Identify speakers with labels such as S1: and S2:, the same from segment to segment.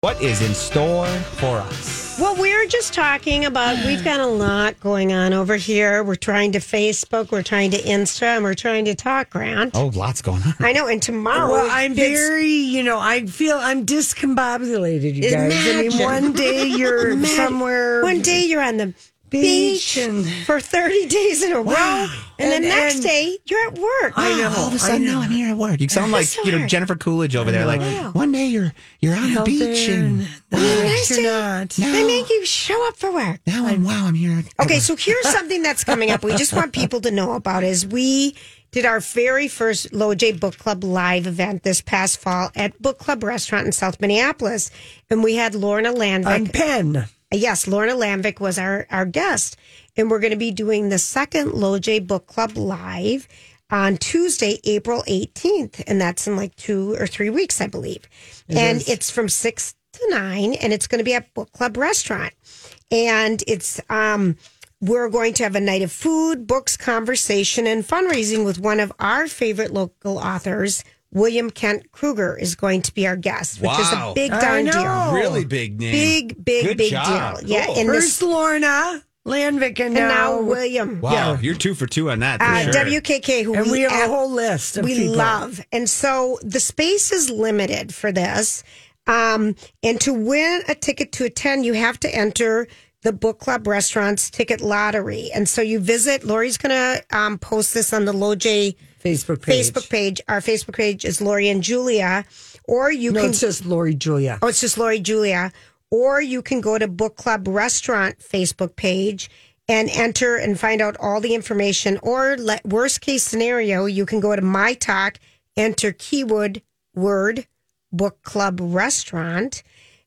S1: What is in store for us?
S2: Well, we're just talking about we've got a lot going on over here. We're trying to Facebook, we're trying to Insta, and we're trying to talk around.
S1: Oh, lots going on.
S2: I know, and tomorrow
S3: Oh, Well, I'm
S2: it's-
S3: very, you know, I feel I'm discombobulated, you guys. I
S2: Imagine.
S3: mean, one day you're
S2: Imagine-
S3: somewhere.
S2: One day you're on the beach,
S3: Beach and-
S2: for 30 days in a row,
S3: Wow.
S2: and,
S3: And-
S2: the next
S3: and-
S2: day you're at work.
S3: I know.
S1: All of a
S3: I
S1: sudden,
S3: know.
S1: no, I'm here at work. You sound like
S2: so
S1: you know
S2: hard.
S1: Jennifer Coolidge over there. Like one day you're you're on the
S3: Out
S1: beach
S3: there
S1: and
S3: and the next
S2: Oh, Nice
S3: you're
S2: day.
S3: not.
S2: They make you show up for work.
S1: now I'm wow, I'm here.
S2: Okay, so here's something that's coming up. We just want people to know about is we did our very first Loj Book Club live event this past fall at Book Club Restaurant in South Minneapolis, and we had Lorna
S3: On
S2: Landvik.
S3: pen.
S2: yes, Lorna Landvik was our our guest, and we're going to be doing the second Loj Book Club live on Tuesday, April 18th, and that's in like two or three weeks, I believe. and it's from six to nine, and it's going to be at Book Club Restaurant, and it's um. We're going to have a night of food, books, conversation, and fundraising with one of our favorite local authors. William Kent Kruger is going to be our guest, which is a
S1: Wow.
S2: big
S3: I
S2: darn
S3: know.
S2: deal.
S1: Oh, Really big name.
S2: Big, big,
S1: Good
S2: big
S1: job.
S2: deal. Yeah,
S1: Cool.
S2: and
S3: First
S2: this
S3: Lorna Landvik, and,
S2: and now
S3: now,
S2: William.
S1: Wow, you're two for two on that. For
S2: Uh,
S1: sure.
S2: WKK, who
S3: and we have
S2: ab-
S3: a whole list of
S2: we
S3: people.
S2: love. And so the space is limited for this. Um, and to win a ticket to attend, you have to enter the book club restaurants ticket lottery. And so you visit, Lori's going to um, post this on the LoJ
S3: Facebook page.
S2: Facebook page. Our Facebook page is Lori and Julia, or you
S3: No,
S2: can
S3: it's just Lori Julia.
S2: Oh, it's just Lori Julia. Or you can go to Book Club Restaurant Facebook page and enter and find out all the information. Or let, worst case scenario, you can go to My Talk, enter keyword word Book Club Restaurant.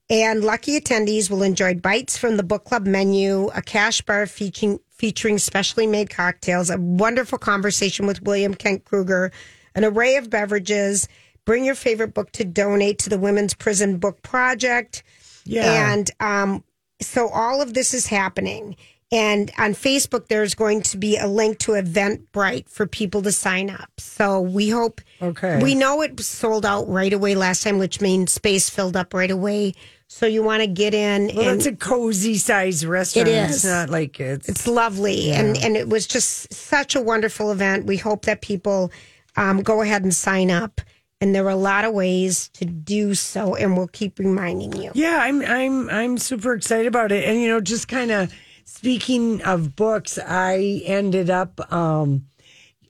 S2: And lucky attendees will enjoy bites from the book club menu, a cash bar featuring featuring specially made cocktails, a wonderful conversation with William Kent Kruger, an array of beverages. Bring your favorite book to donate to the Women's Prison Book Project.
S3: Yeah.
S2: And um, so all of this is happening. And on Facebook, there's going to be a link to Eventbrite for people to sign up. So we hope.
S3: Okay.
S2: We know it was sold out right away last time, which means space filled up right away. So you want to get in.
S3: well,
S2: and
S3: it's a cozy size restaurant.
S2: is.
S3: It's not like it's.
S2: it's lovely and and it was just such a wonderful event we hope that people um, go ahead and sign up and there are a lot of ways to do so and we'll keep reminding you
S3: Yeah, I'm I'm I'm super excited about it. And you know, just kind of speaking of books, I ended up um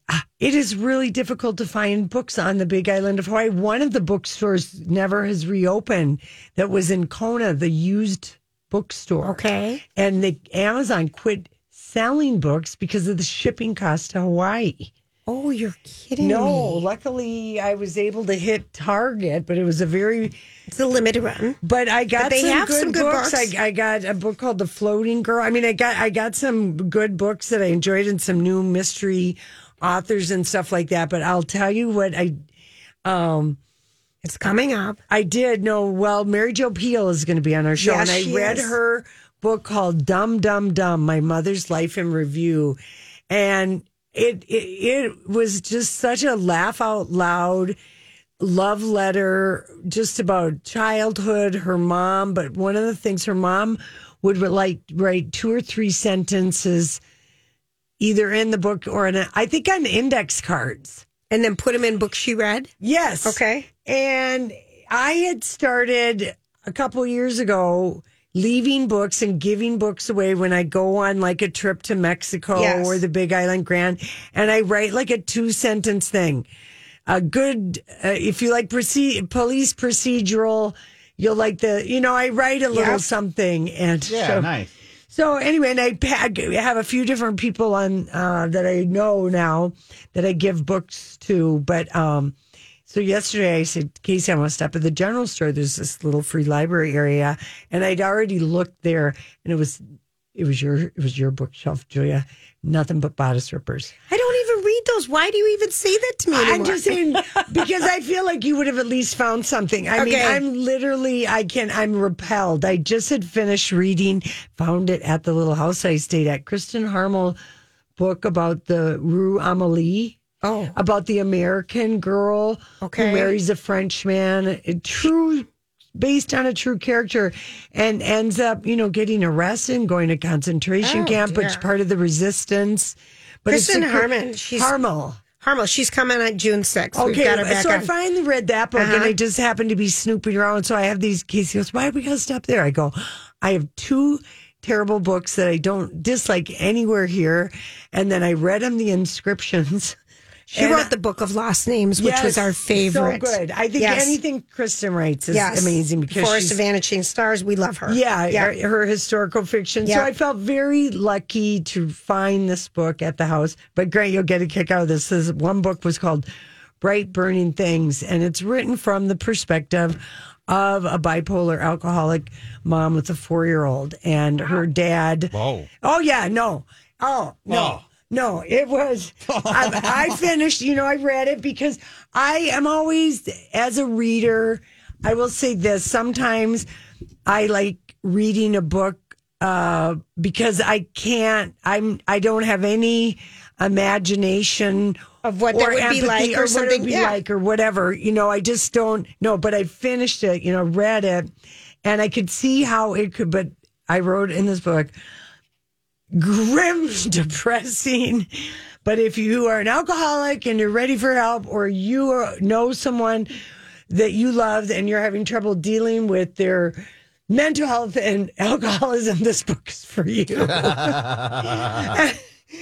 S3: ah, it is really difficult to find books on the Big Island of Hawaii. One of the bookstores never has reopened that was in Kona, the used bookstore.
S2: okay
S3: And the Amazon quit selling books because of the shipping cost to Hawaii.
S2: oh you're kidding
S3: No,
S2: me
S3: luckily I was able to hit Target, but it was a very
S2: it's a limited run
S3: but I got
S2: But they
S3: some,
S2: have
S3: good
S2: some good
S3: books.
S2: books.
S3: I, I got a book called The Floating Girl. I mean, I got I got some good books that I enjoyed and some new mystery authors and stuff like that. But I'll tell you what I
S2: it's coming up
S3: I did know. Well, Mary Jo Peel is going to be on our show,
S2: Yes,
S3: and I
S2: she
S3: read
S2: is.
S3: her book called "Dumb Dumb Dumb: My Mother's Life in Review," and it it, it was just such a laugh out loud love letter just about childhood, her mom. But one of the things her mom would like write two or three sentences either in the book or in a, I think on index cards.
S2: and then put them in books she read
S3: Yes.
S2: okay
S3: And I had started a couple years ago leaving books and giving books away when I go on like a trip to Mexico
S2: Yes.
S3: or the Big Island Grand, and I write like a two sentence thing. A good, uh, if you like proce- police procedural, you'll like the, you know, I write a little
S2: Yeah.
S3: something and
S1: Yeah,
S3: so,
S1: nice.
S3: so anyway, and I pa- have a few different people on uh, that I know now that I give books to. But um, so yesterday I said, Casey, I want to stop at the general store. There's this little free library area, and I'd already looked there, and it was it was your it was your bookshelf, Julia. Nothing but bodice rippers.
S2: I don't even read those. Why do you even say that to me?
S3: I'm
S2: anymore?
S3: just saying because I feel like you would have at least found something. I mean,
S2: Okay.
S3: I'm literally I can I'm repelled. I just had finished reading, found it at the little house I stayed at. Kristen Harmel book about the Rue Amelie,
S2: Oh,
S3: about the American girl
S2: Okay.
S3: who marries a Frenchman. A true based on a true character and ends up, you know, getting arrested and going to concentration
S2: Oh,
S3: camp, which
S2: dear.
S3: part of the resistance. But it's
S2: Kristen
S3: a cr-
S2: Harmon, she's-
S3: Harmel.
S2: Harmel, she's coming on June 6th. We've
S3: Okay,
S2: got her back
S3: so I
S2: on.
S3: finally read that book, and
S2: Uh-huh.
S3: I just happened to be snooping around. So I have these keys. He goes, "Why we gotta stop there?" I go, "I have two terrible books that I don't dislike anywhere here," and then I read them the inscriptions.
S2: she
S3: and-
S2: wrote the Book of Lost Names, which was
S3: Yes,
S2: our favorite.
S3: So good. I think
S2: Yes.
S3: anything Kristen writes is
S2: Yes.
S3: amazing because
S2: Forest
S3: she's
S2: of Vanishing Stars, we love her.
S3: yeah, er, Her, her historical fiction. So
S2: Yeah.
S3: I felt very lucky to find this book at the house. But Grant, you'll get a kick out of this. This one book was called Bright Burning Things, and it's written from the perspective of a bipolar alcoholic mom with a four year old and her dad.
S1: Whoa.
S3: Oh yeah, no. Oh no.
S1: Oh.
S3: No, it was. I, I finished. You know, I read it because I am always, as a reader, I will say this. Sometimes I like reading a book uh, because I can't. I'm. I don't have any imagination
S2: Of what that would be like or
S3: what it would
S2: something,
S3: be
S2: yeah.
S3: like or whatever. You know, I just don't know. But I finished it. You know, read it, and I could see how it could. But I wrote in this book grim, depressing. But if you are an alcoholic and you're ready for help, or you are, know someone that you love and you're having trouble dealing with their mental health and alcoholism, this book is for you.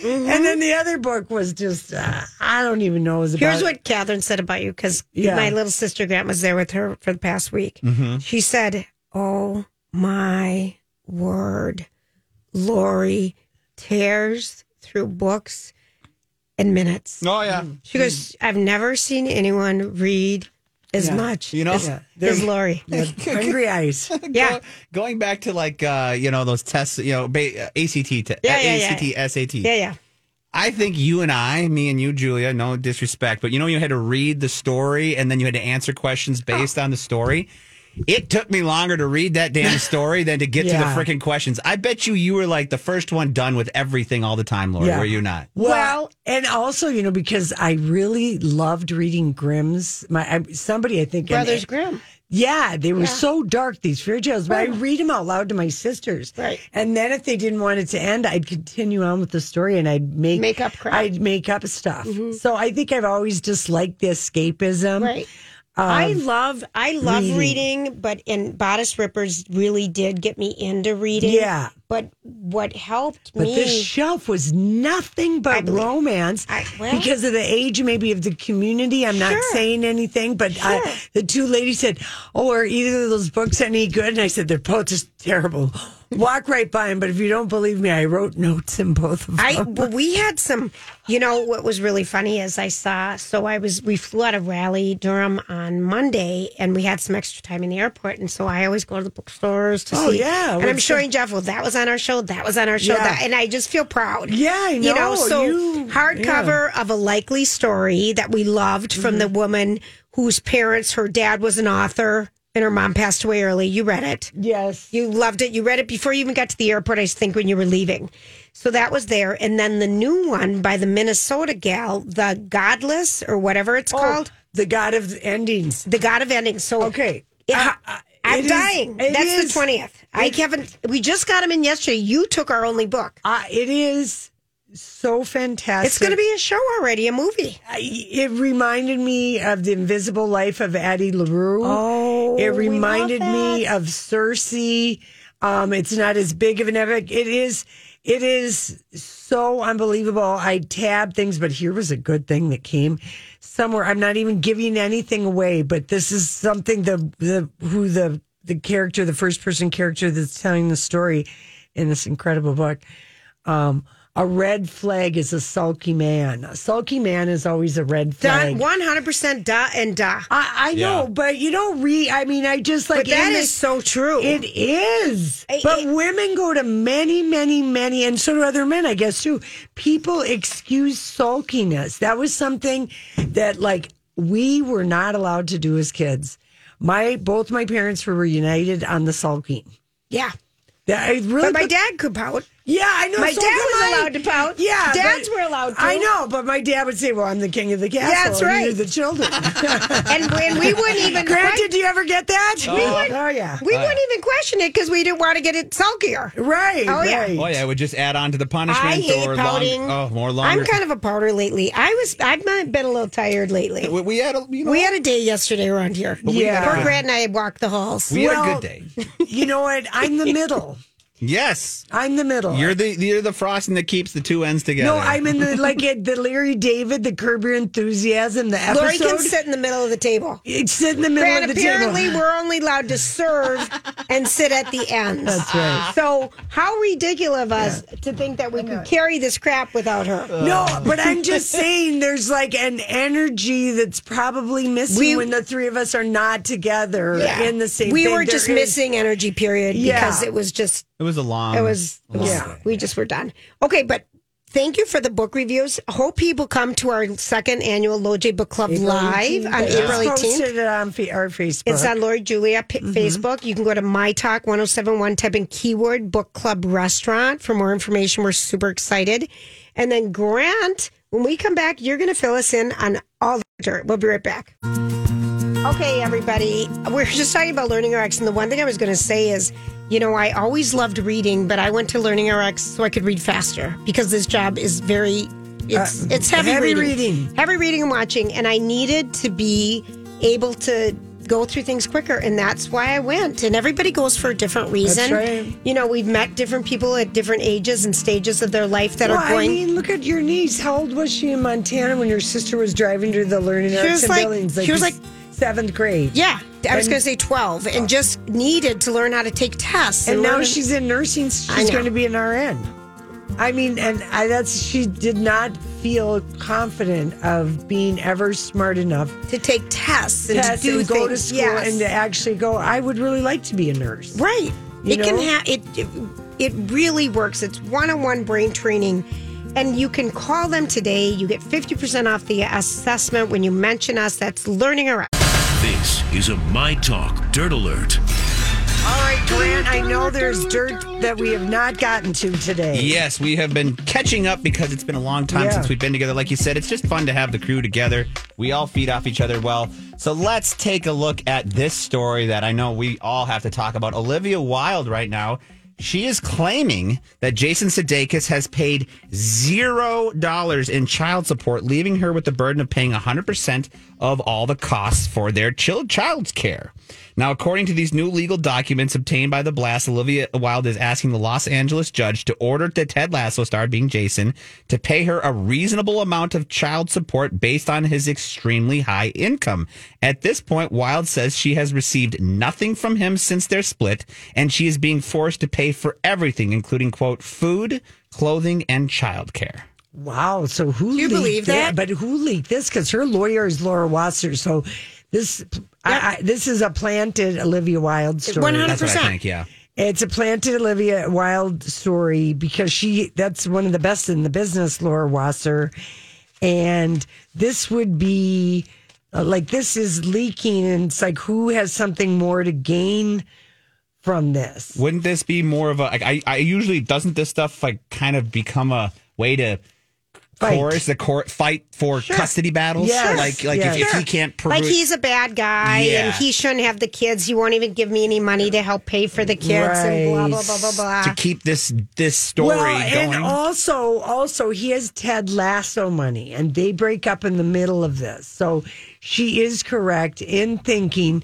S3: And then the other book was just, uh, I don't even know. It was about,
S2: Here's what Catherine said about you because
S3: Yeah. Mm-hmm.
S2: my little sister Grant was there with her for the past week. She said, Oh my word, Lori tears through books in minutes.
S1: Oh, yeah.
S2: She goes, I've never seen anyone read as much
S1: You know?
S2: as,
S1: Yeah.
S2: as Lori.
S3: Hungry Eyes.
S2: Yeah.
S1: Go- going back to like, uh, you know, those tests, you know, ba- uh, ACT, te-
S2: Yeah, yeah, yeah.
S1: ACT, SAT.
S2: Yeah, yeah.
S1: I think you and I, me and you, Julia, no disrespect, but you know, you had to read the story and then you had to answer questions based on the story. It took me longer to read that damn story than to get to
S3: Yeah.
S1: the freaking questions. I bet you you were like the first one done with everything all the time, Lori.
S3: Yeah.
S1: Were you not?
S3: Well, and also, you know, because I really loved reading Grimm's. My I, somebody, I think,
S2: Brothers
S3: and-
S2: Grimm.
S3: Yeah, they were so dark, these fairy tales. But I read them out loud to my sisters.
S2: Right.
S3: And then if they didn't want it to end, I'd continue on with the story and I'd make,
S2: Make up crap. Mm-hmm.
S3: I'd make up stuff. So I think I've always disliked the escapism.
S2: Right. I
S3: Um,
S2: love I love reading. but and Bodice Rippers really did get me into reading.
S3: Yeah.
S2: But what helped
S3: But
S2: me
S3: this shelf was nothing
S2: I
S3: but
S2: believe-
S3: romance
S2: I- well-
S3: because of the age, maybe of the community. I'm not
S2: Sure.
S3: saying anything, but
S2: Sure.
S3: I, the two ladies said, "Oh, are either of those books any good?" And I said, "They're both just terrible. Walk right by them." But if you don't believe me, I wrote notes in both of them.
S2: I well, we had some. You know what was really funny is I saw. So I was we flew out of Raleigh, Durham on Monday, and we had some extra time in the airport. And so I always go to the bookstores to
S3: Oh,
S2: see.
S3: yeah,
S2: and I'm
S3: what's
S2: showing Jeff. Well, that was on our show. That was on our show.
S3: Yeah.
S2: That, and I just feel proud.
S3: Yeah, I
S2: You know,
S3: know,
S2: so
S3: you-
S2: hardcover of a likely story that we loved
S3: Mm-hmm.
S2: from the woman whose parents, her dad was an author, and her mom passed away early. You read it.
S3: yes,
S2: You loved it. You read it before you even got to the airport, I think, when you were leaving. So that was there. And then the new one by the Minnesota gal, The Godless, or whatever
S3: Oh.
S2: it's called,
S3: the God of Endings.
S2: The God of Endings. So
S3: Okay,
S2: Yeah.
S3: I- I-
S2: I'm
S3: it is-
S2: dying.
S3: it
S2: That's
S3: is-
S2: the 20th. I haven't, we just got them in yesterday. You took our only book.
S3: Uh, it is so fantastic.
S2: It's going to be a show already, a movie.
S3: I- it reminded me of the Invisible Life of Addie LaRue.
S2: Oh,
S3: it
S2: we love
S3: reminded me
S2: that.
S3: of Cersei. Um, it's not as big of an epic. It is. It is so unbelievable. I tab things, but here was a good thing that came somewhere. I'm not even giving anything away, but this is something the the who the the character, the first person character that's telling the story in this incredible book. Um, a red flag is a sulky man. A sulky man is always a red
S2: Da,
S3: flag.
S2: 100% da and da.
S3: I, I know,
S1: Yeah.
S3: but you don't read. I mean, I just like
S2: But that
S3: in
S2: is
S3: this-
S2: so true.
S3: It is,
S2: I-
S3: but
S2: I-
S3: women go to many, many, many, and so do other men, I guess too. People excuse sulkiness. That was something that like we were not allowed to do as kids. My both my parents were reunited on the sulking.
S2: yeah.
S3: That I really
S2: But my
S3: put-
S2: dad could pout.
S3: yeah, I know.
S2: My dad
S3: did
S2: was
S3: I.
S2: allowed to pout.
S3: Yeah,
S2: Dads
S3: but-
S2: were allowed to.
S3: I know, but my dad would say, "Well, I'm the king of the castle.
S2: That's
S3: and
S2: right.
S3: You're the children."
S2: And, and we wouldn't even
S3: Granted, do you ever get that?
S2: would-
S3: oh yeah.
S2: we wouldn't even question it because we didn't want to get it sulkier.
S3: Right.
S2: Oh, yeah.
S3: right.
S1: Oh yeah, it would just add on to the punishment.
S2: I hate
S1: or
S2: pouting.
S1: Long, oh, more longer.
S2: I'm kind of a pouter lately. I was I've not been a little tired lately.
S1: We, we had a you know
S2: We had a day yesterday around here.
S3: we
S2: yeah,
S3: had a-
S2: poor Grant and I walked the halls.
S1: we had a
S3: well-
S1: good day.
S3: You know what? I'm the middle.
S1: Yes,
S3: I'm the middle.
S1: you're the you're the frosting that keeps the two ends together.
S3: no, I'm in the like it, the Larry David, the Curb Your Enthusiasm, the episode.
S2: Lori can sit in the middle of the table.
S3: It's sit in the middle
S2: Grant,
S3: of the table.
S2: apparently we're only allowed to serve and sit at the ends. That's right. So how ridiculous of us to think that we could carry this crap without her.
S3: No, but I'm just saying there's like an energy that's probably missing
S2: We-
S3: when the three of us are not together
S2: Yeah.
S3: in the same
S2: we
S3: thing.
S2: were
S3: There
S2: just
S3: is-
S2: missing energy period
S3: Yeah.
S2: because it was just
S1: it was a long.
S2: It was, it was-
S3: Yeah.
S2: we just were done. Okay, but thank you for the book reviews. Hope people come to our second annual Loj Book Club live on
S3: Just
S2: April 18th.
S3: posted it on fa- our Facebook. Mm-hmm.
S2: It's on Lori Julia p- Facebook. You can go to My Talk 1071, type in keyword book club restaurant for more information. We're super excited. And then, Grant, when we come back, you're going to fill us in on all the dirt. We'll be right back. Okay, everybody. We're just talking about Learning RX, and the one thing I was going to say is, you know, I always loved reading, but I went to Learning RX so I could read faster because this job is very it's it's heavy,
S3: Uh, heavy reading.
S2: reading, heavy reading and watching, and I needed to be able to go through things quicker, and that's why I went. And everybody goes for a different reason.
S3: right.
S2: You know, we've met different people at different ages and stages of their life that are
S3: Well, I
S2: going.
S3: mean, look at your niece. How old was she in Montana when your sister was driving to the learning
S2: She
S3: arts
S2: was
S3: and
S2: like-
S3: buildings?
S2: she was
S3: this
S2: like-
S3: seventh grade.
S2: yeah, I was
S3: And- Oh.
S2: going to say twelve, and just needed to learn how to take tests.
S3: and now
S2: learn-
S3: she's in nursing.
S2: I
S3: She's
S2: know.
S3: going to be an RN. I mean, and I, that's she did not feel confident of being ever smart enough
S2: to take tests and
S3: tests
S2: to do
S3: and go to
S2: things.
S3: school
S2: Yes.
S3: and to actually go. I would really like to be a nurse.
S2: right.
S3: You
S2: It can
S3: know?
S2: have it, it. It really works. It's one-on-one brain training, and you can call them today. You get fifty percent off the assessment when you mention us. That's learning around.
S4: This is a My Talk Dirt Alert.
S3: All right, Grant. I know there's dirt that we have not gotten to today.
S1: Yes, we have been catching up because it's been a long time
S3: Yeah.
S1: since we've been together. Like you said, it's just fun to have the crew together. We all feed off each other well. So let's take a look at this story that I know we all have to talk about. Olivia Wilde right now. She is claiming that Jason Sudeikis has paid zero dollars in child support, leaving her with the burden of paying 100% of all the costs for their child child's care. Now, according to these new legal documents obtained by the blast, Olivia Wilde is asking the Los Angeles judge to order the Ted Lasso star, being Jason, to pay her a reasonable amount of child support based on his extremely high income. At this point, Wilde says she has received nothing from him since their split, and she is being forced to pay for everything, including, quote, food, clothing, and childcare.
S3: Wow. So who
S2: you
S3: leaked
S2: believe that?
S3: But who leaked this? Because her lawyer is Laura Wasser. So this, I, I, this is a planted Olivia Wilde story.
S2: One hundred
S1: That's what I
S2: percent.
S1: think, yeah.
S3: It's a planted Olivia Wilde story because she that's one of the best in the business, Laura Wasser. And this would be uh, like this is leaking, and it's like who has something more to gain from this?
S1: wouldn't this be more of a like I, I usually doesn't this stuff like kind of become a way to
S3: Fight.
S1: chorus, the court fight for custody battles.
S3: Yes.
S1: Like like
S3: Yes.
S1: if, if
S3: Sure.
S1: he can't prove
S2: Like he's a bad guy
S1: Yeah.
S2: and he shouldn't have the kids. He won't even give me any money to help pay for the kids and blah,
S3: Right.
S2: blah, blah, blah, blah.
S1: to keep this this story
S3: well,
S1: going.
S3: and also, also he has Ted Lasso money, and they break up in the middle of this. So she is correct in thinking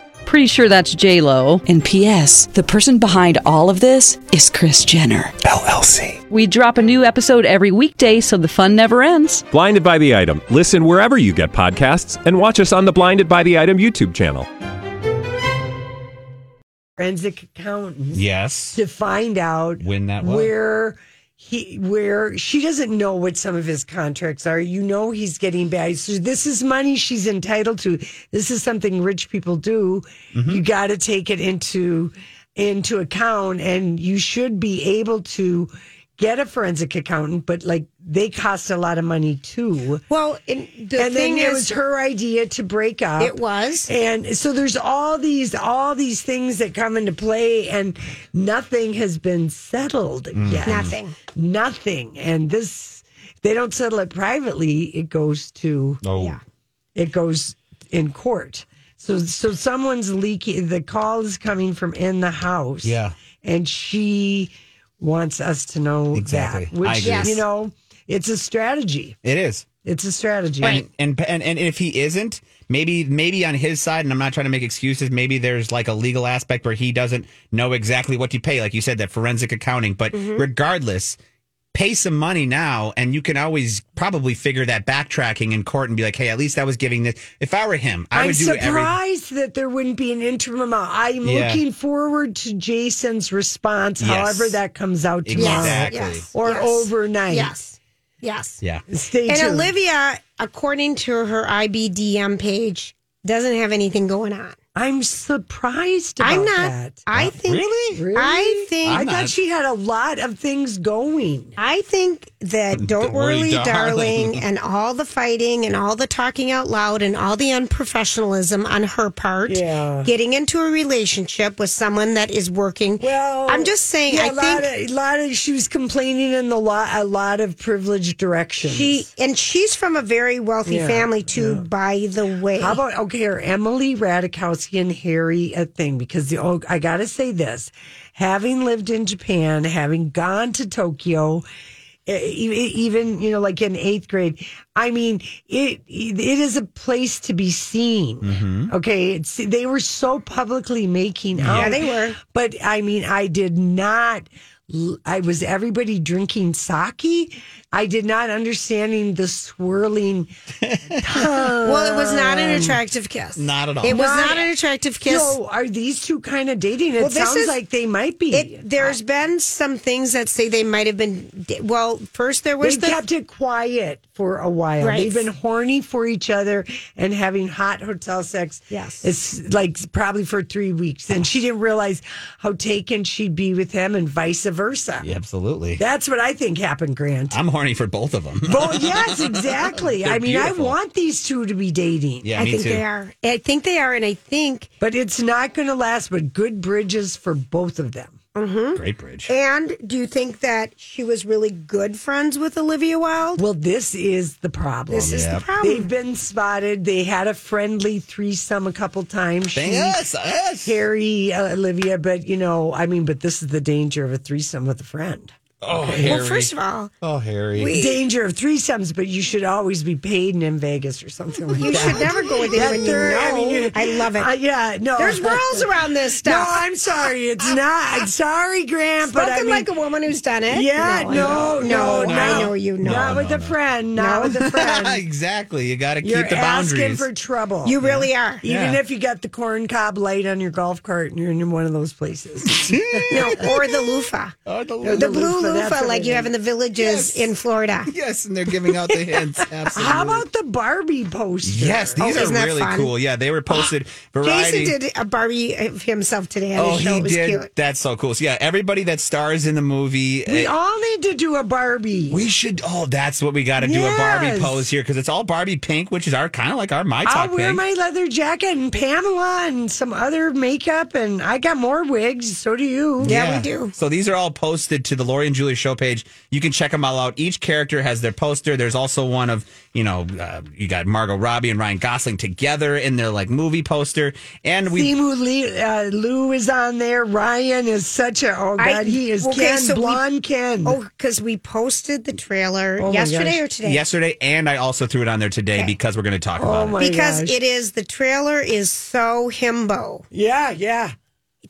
S5: Pretty sure that's J Lo. And P.S. The person behind all of this is Chris Jenner.
S6: LLC.
S5: We drop a new episode every weekday, so the fun never ends.
S6: Blinded by the item. Listen wherever you get podcasts, and watch us on the Blinded by the Item YouTube channel.
S3: forensic accountants
S1: yes.
S3: to find out
S1: When that was.
S3: where he where she doesn't know what some of his contracts are. You know he's getting bad. So this is money she's entitled to. This is something rich people do.
S1: Mm-hmm.
S3: You got to take it into into account, and you should be able to get a forensic accountant. But like they cost a lot of money too.
S2: well, and the
S3: and
S2: thing
S3: then it
S2: is,
S3: was her idea to break up.
S2: it was.
S3: And so there's all these all these things that come into play and nothing has been settled
S1: Mm.
S3: yet.
S2: Nothing.
S3: Nothing. And this they don't settle it privately. It goes to
S1: Oh.
S3: it goes in court. So so someone's leaking the call is coming from in the house.
S1: Yeah.
S3: And she wants us to know
S1: Exactly.
S3: that.
S1: I
S3: Which
S1: agree.
S3: you know, it's a strategy.
S1: It is.
S3: It's a strategy.
S1: And, and and if he isn't, maybe maybe on his side, and I'm not trying to make excuses. Maybe there's like a legal aspect where he doesn't know exactly what you pay, like you said, that forensic accounting. But
S2: Mm-hmm.
S1: regardless, pay some money now, and you can always probably figure that backtracking in court and be like, hey, at least I was giving this. If I were him, I
S3: am
S1: would do everything.
S3: surprised that there wouldn't be an interim amount. I'm
S1: Yeah.
S3: looking forward to Jason's response,
S1: Yes.
S3: however that comes out tomorrow
S1: Exactly.
S3: or
S2: yes,
S3: overnight.
S2: Yes. Yes.
S1: Yeah.
S3: Stay
S2: And
S3: tuned.
S2: Olivia, according to her IBDM page, doesn't have anything going on.
S3: I'm surprised about
S2: I'm not.
S3: that.
S2: I think.
S1: Really?
S2: I
S3: I
S2: think.
S3: thought she had a lot of things going.
S2: I think that Don't Worry,
S1: Darling.
S2: Darling, and all the fighting and all the talking out loud and all the unprofessionalism on her part,
S3: Yeah.
S2: getting into a relationship with someone that is working.
S3: Well,
S2: I'm just saying,
S3: yeah,
S2: I
S3: a lot
S2: think
S3: of, a lot of she was complaining in the lot a lot of privileged directions.
S2: she, and she's from a very wealthy
S3: Yeah,
S2: family too, by the way.
S3: How about okay, are Emily Radikowski and Harry a thing? Because the oh, I gotta say this, having lived in Japan, having gone to Tokyo, e- e- even you know like in eighth grade, I mean it it is a place to be seen. Okay, it's, they were so publicly making out.
S2: Mm-hmm. Yeah, they were.
S3: But I mean, I did not. l- I was everybody drinking sake. I did not understanding the swirling.
S2: well, it was not an attractive kiss.
S1: Um, Not at all.
S2: It was
S3: Not-
S2: not an attractive kiss.
S3: So are these two kind of dating? It
S2: Well, this
S3: sounds
S2: is-
S3: like they might be.
S2: It, there's been some things that say they might have been. Well, first there
S3: they
S2: was the
S3: kept it quiet for a while.
S2: Right.
S3: They've been horny for each other and having hot hotel sex.
S2: Yes.
S3: It's like probably for three weeks. And she didn't realize how taken she'd be with him and vice versa.
S1: Yeah, absolutely.
S3: That's what I think happened, Grant.
S1: I'm horny for both of them.
S3: Well, yes, exactly. I mean,
S1: beautiful.
S3: I want these two to be dating.
S1: yeah,
S2: I
S1: me
S2: think
S1: too.
S2: they are. I think they are, and I think
S3: But it's not going to last, but good bridges for both of them.
S1: Great bridge.
S2: And do you think that she was really good friends with Olivia Wilde?
S3: Well, this is the problem.
S2: This is the
S3: They've
S2: problem.
S3: been spotted. They had a friendly threesome a couple times. She,
S1: Yes, yes.
S3: Harry, uh, Olivia, but you know, I mean, but this is the danger of a threesome with a friend.
S1: Oh, Harry.
S2: Well, first of all,
S1: oh, Harry.
S2: we-
S3: Danger of threesomes, but you should always be paid in Vegas or something like
S2: you
S3: that.
S2: should never go with anyone you know.
S3: there-
S2: I,
S3: you-
S2: love it.
S3: Uh, yeah, no.
S2: There's rules around this
S3: No,
S2: stuff.
S3: I'm sorry. It's not. I'm sorry, Graham,
S2: Spoken
S3: but I mean,
S2: like a woman who's done it.
S3: yeah, no, no, no,
S2: I know you know.
S3: Not with a friend. Not with a friend.
S1: exactly. You got to keep
S3: You're
S1: the
S3: asking
S1: boundaries.
S3: for trouble.
S2: You really are.
S3: even
S1: Yeah.
S3: if you got the corn cob light on your golf cart and you're in one of those places.
S2: No, or the loofah.
S1: Oh, the
S2: The
S1: little-
S2: blue
S3: loofah, that's
S2: loofah,
S3: what
S2: like
S3: I
S2: you have in the villages in Florida.
S1: yes, and they're giving out the hints. Absolutely.
S3: How about the Barbie poster?
S1: Yes, these
S2: Oh,
S1: are
S2: isn't that
S1: really
S2: fun?
S1: cool. Yeah, they were posted. Variety.
S2: Jason did a Barbie of himself today on
S1: Oh,
S2: his show.
S1: he
S2: it was
S1: did.
S2: cute.
S1: That's so cool. So yeah, everybody that stars in the movie.
S3: We
S1: eh,
S3: all need to do a Barbie.
S1: we should. Oh, that's what we got to do a Barbie
S3: Yes.
S1: pose here because it's all Barbie pink, which is our kind of like our my
S3: I'll
S2: Oh,
S1: talk
S3: wear
S1: pink.
S3: my leather jacket and Pamela and some other makeup, and I got more wigs. So do you.
S2: Yeah, we do.
S1: So these are all posted to the Lori and Julie show page. You can check them all out. Each character has their poster. There's also one of, you know, uh, you got Margot Robbie and Ryan Gosling together in their like movie poster. And we
S3: Simu Lee, uh, Lou is on there. Ryan is such a oh god,
S2: I-
S3: he is
S2: okay,
S3: Ken
S2: so we-
S3: blonde Ken.
S2: Oh, because we posted the trailer
S1: Oh
S3: my
S2: yesterday
S3: gosh.
S2: or today.
S1: yesterday and I also threw it on there today because we're going to talk about it.
S3: Oh, my
S2: Because
S3: gosh.
S2: it is the trailer is so himbo.
S3: yeah, yeah.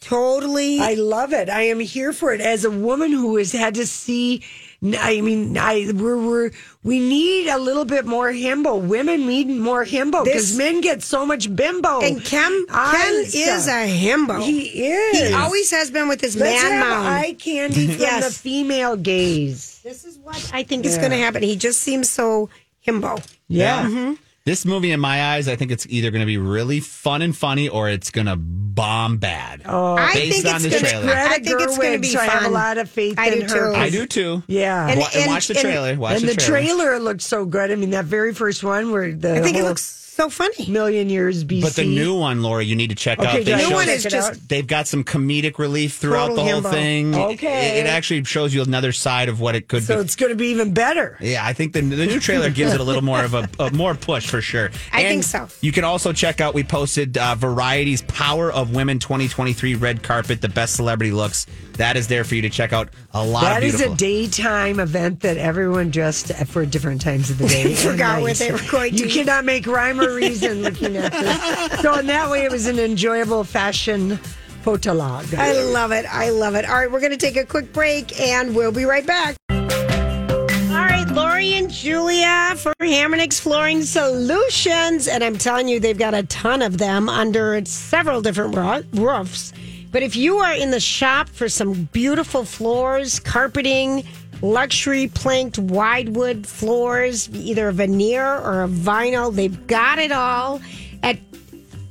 S2: Totally.
S3: I love it. I am here for it. As a woman who has had to see, I mean, I we're, we're we need a little bit more himbo. Women need more himbo because
S2: This-
S3: men get so much bimbo.
S2: and Ken,
S3: on
S2: Ken
S3: stuff.
S2: is a himbo.
S3: He is.
S2: He always has been with his
S3: Let's
S2: man
S3: have
S2: mouth.
S3: eye candy from
S2: Yes.
S3: the female gaze.
S2: This is what I think is going to happen. He just seems so himbo.
S1: Yeah. This movie, in my eyes, I think it's either going to be really fun and funny or it's going to bomb bad. Oh,
S2: I
S1: based
S2: think
S1: on
S2: it's
S1: the
S2: gonna-
S1: trailer.
S2: I think it's going to be
S3: Gerwig, so I
S2: fun.
S3: have a lot of faith
S2: I
S3: in
S2: do
S3: her.
S2: too.
S1: I do too.
S3: Yeah.
S1: Wa-
S3: And-
S1: And,
S2: and-
S1: watch the
S2: and-
S1: trailer. Watch
S3: and
S1: the,
S3: the trailer looked so good. I mean, that very first one where the
S2: I think it
S3: whole
S2: looks so funny.
S3: million years BC.
S1: But the new one, Laura, you need to check out.
S3: okay,
S1: They
S3: guys,
S1: show-
S2: new one
S3: check
S2: is
S3: it
S2: just-
S3: out.
S1: They've got some comedic relief throughout
S2: Total
S1: the whole
S2: himbo.
S1: thing.
S3: Okay.
S1: It, it actually shows you another side of what it could
S3: so
S1: be.
S3: it's going to be even better.
S1: Yeah, I think the, the new trailer gives it a little more of a, a more push for sure.
S2: I
S1: And
S2: think so.
S1: You can also check out we posted uh, Variety's Power of Women 2023 red carpet, the best celebrity looks. That is there for you to check out. A lot of
S3: That is
S1: beautiful.
S3: a daytime event that everyone dressed for different times of the day.
S2: forgot
S3: and
S2: what
S3: night.
S2: they were going to
S3: You
S2: eat.
S3: cannot make rhyme or reason looking at this. So in that way, it was an enjoyable fashion photolog.
S2: I love it. I love it. All right, we're going to take a quick break and we'll be right back. All right, Lori and Julia for Hammernix Flooring Solutions. And I'm telling you, they've got a ton of them under several different ro- roofs. But if you are in the shop for some beautiful floors, carpeting, luxury planked wide wood floors, either a veneer or a vinyl, they've got it all at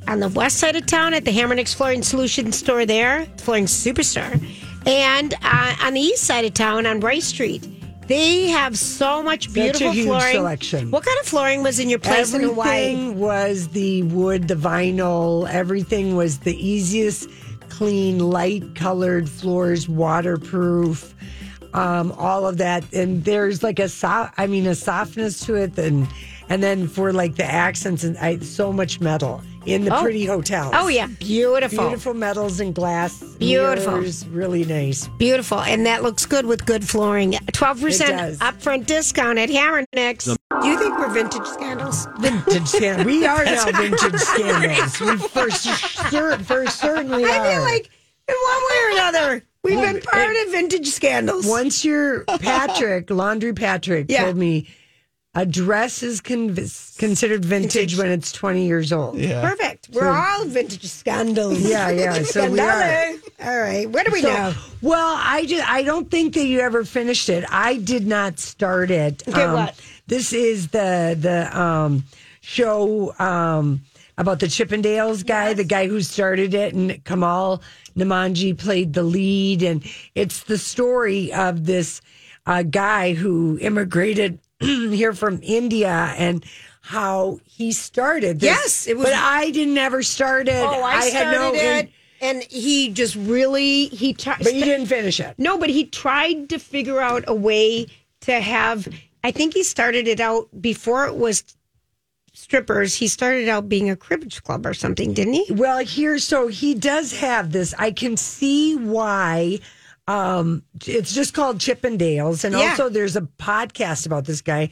S2: on the west side of town at the Hammernix Flooring Solutions store there, Flooring Superstar, and uh, on the east side of town on Rice Street. They have so much
S3: a
S2: beautiful
S3: huge
S2: flooring.
S3: selection.
S2: What kind of flooring was in your place
S3: Everything
S2: in Hawaii?
S3: was the wood, the vinyl. Everything was the easiest, clean, light colored floors, waterproof, um, all of that. And there's like a soft, I mean, a softness to it, and and then for like the accents and I, so much metal in the
S2: Oh.
S3: pretty hotels.
S2: Oh yeah, beautiful, beautiful,
S3: Beautiful metals and glass.
S2: Beautiful.
S3: mirrors, really nice.
S2: and that looks good with good flooring. Twelve
S3: It does.
S2: percent upfront discount at Hammernix. Do you think we're vintage scandals?
S3: Vintage sandals. We are now vintage sandals. We for, cer- for certainly are.
S2: I feel like in one way or another, we've been part of vintage scandals.
S3: Once your Patrick, Laundry Patrick,
S2: Yeah.
S3: told me a dress is con- considered vintage when it's 20 years old.
S2: Perfect. We're all vintage scandals.
S3: Yeah, yeah, so we are.
S2: All right. What do we
S3: So-
S2: know?
S3: well, I just, I don't think that you ever finished it. I did not start it. Um,
S2: Okay, what?
S3: This is the the um, show um, about the Chippendales guy, the guy who started it, and Kamal Namanji played the lead, and it's the story of this uh, guy who immigrated here from India and. How he started this.
S2: Yes, it was-
S3: But I didn't ever start it.
S2: Oh, I, started
S3: had no. in-
S2: it, and he just really he tried.
S3: but you didn't finish it.
S2: No, but he tried to figure out a way to have. I think he started it out before it was strippers. He started out being a cribbage club or something, didn't he?
S3: Well, here, so he does have this. I can see why Um, it's just called Chippendales, and
S2: Yeah.
S3: also there's a podcast about this guy.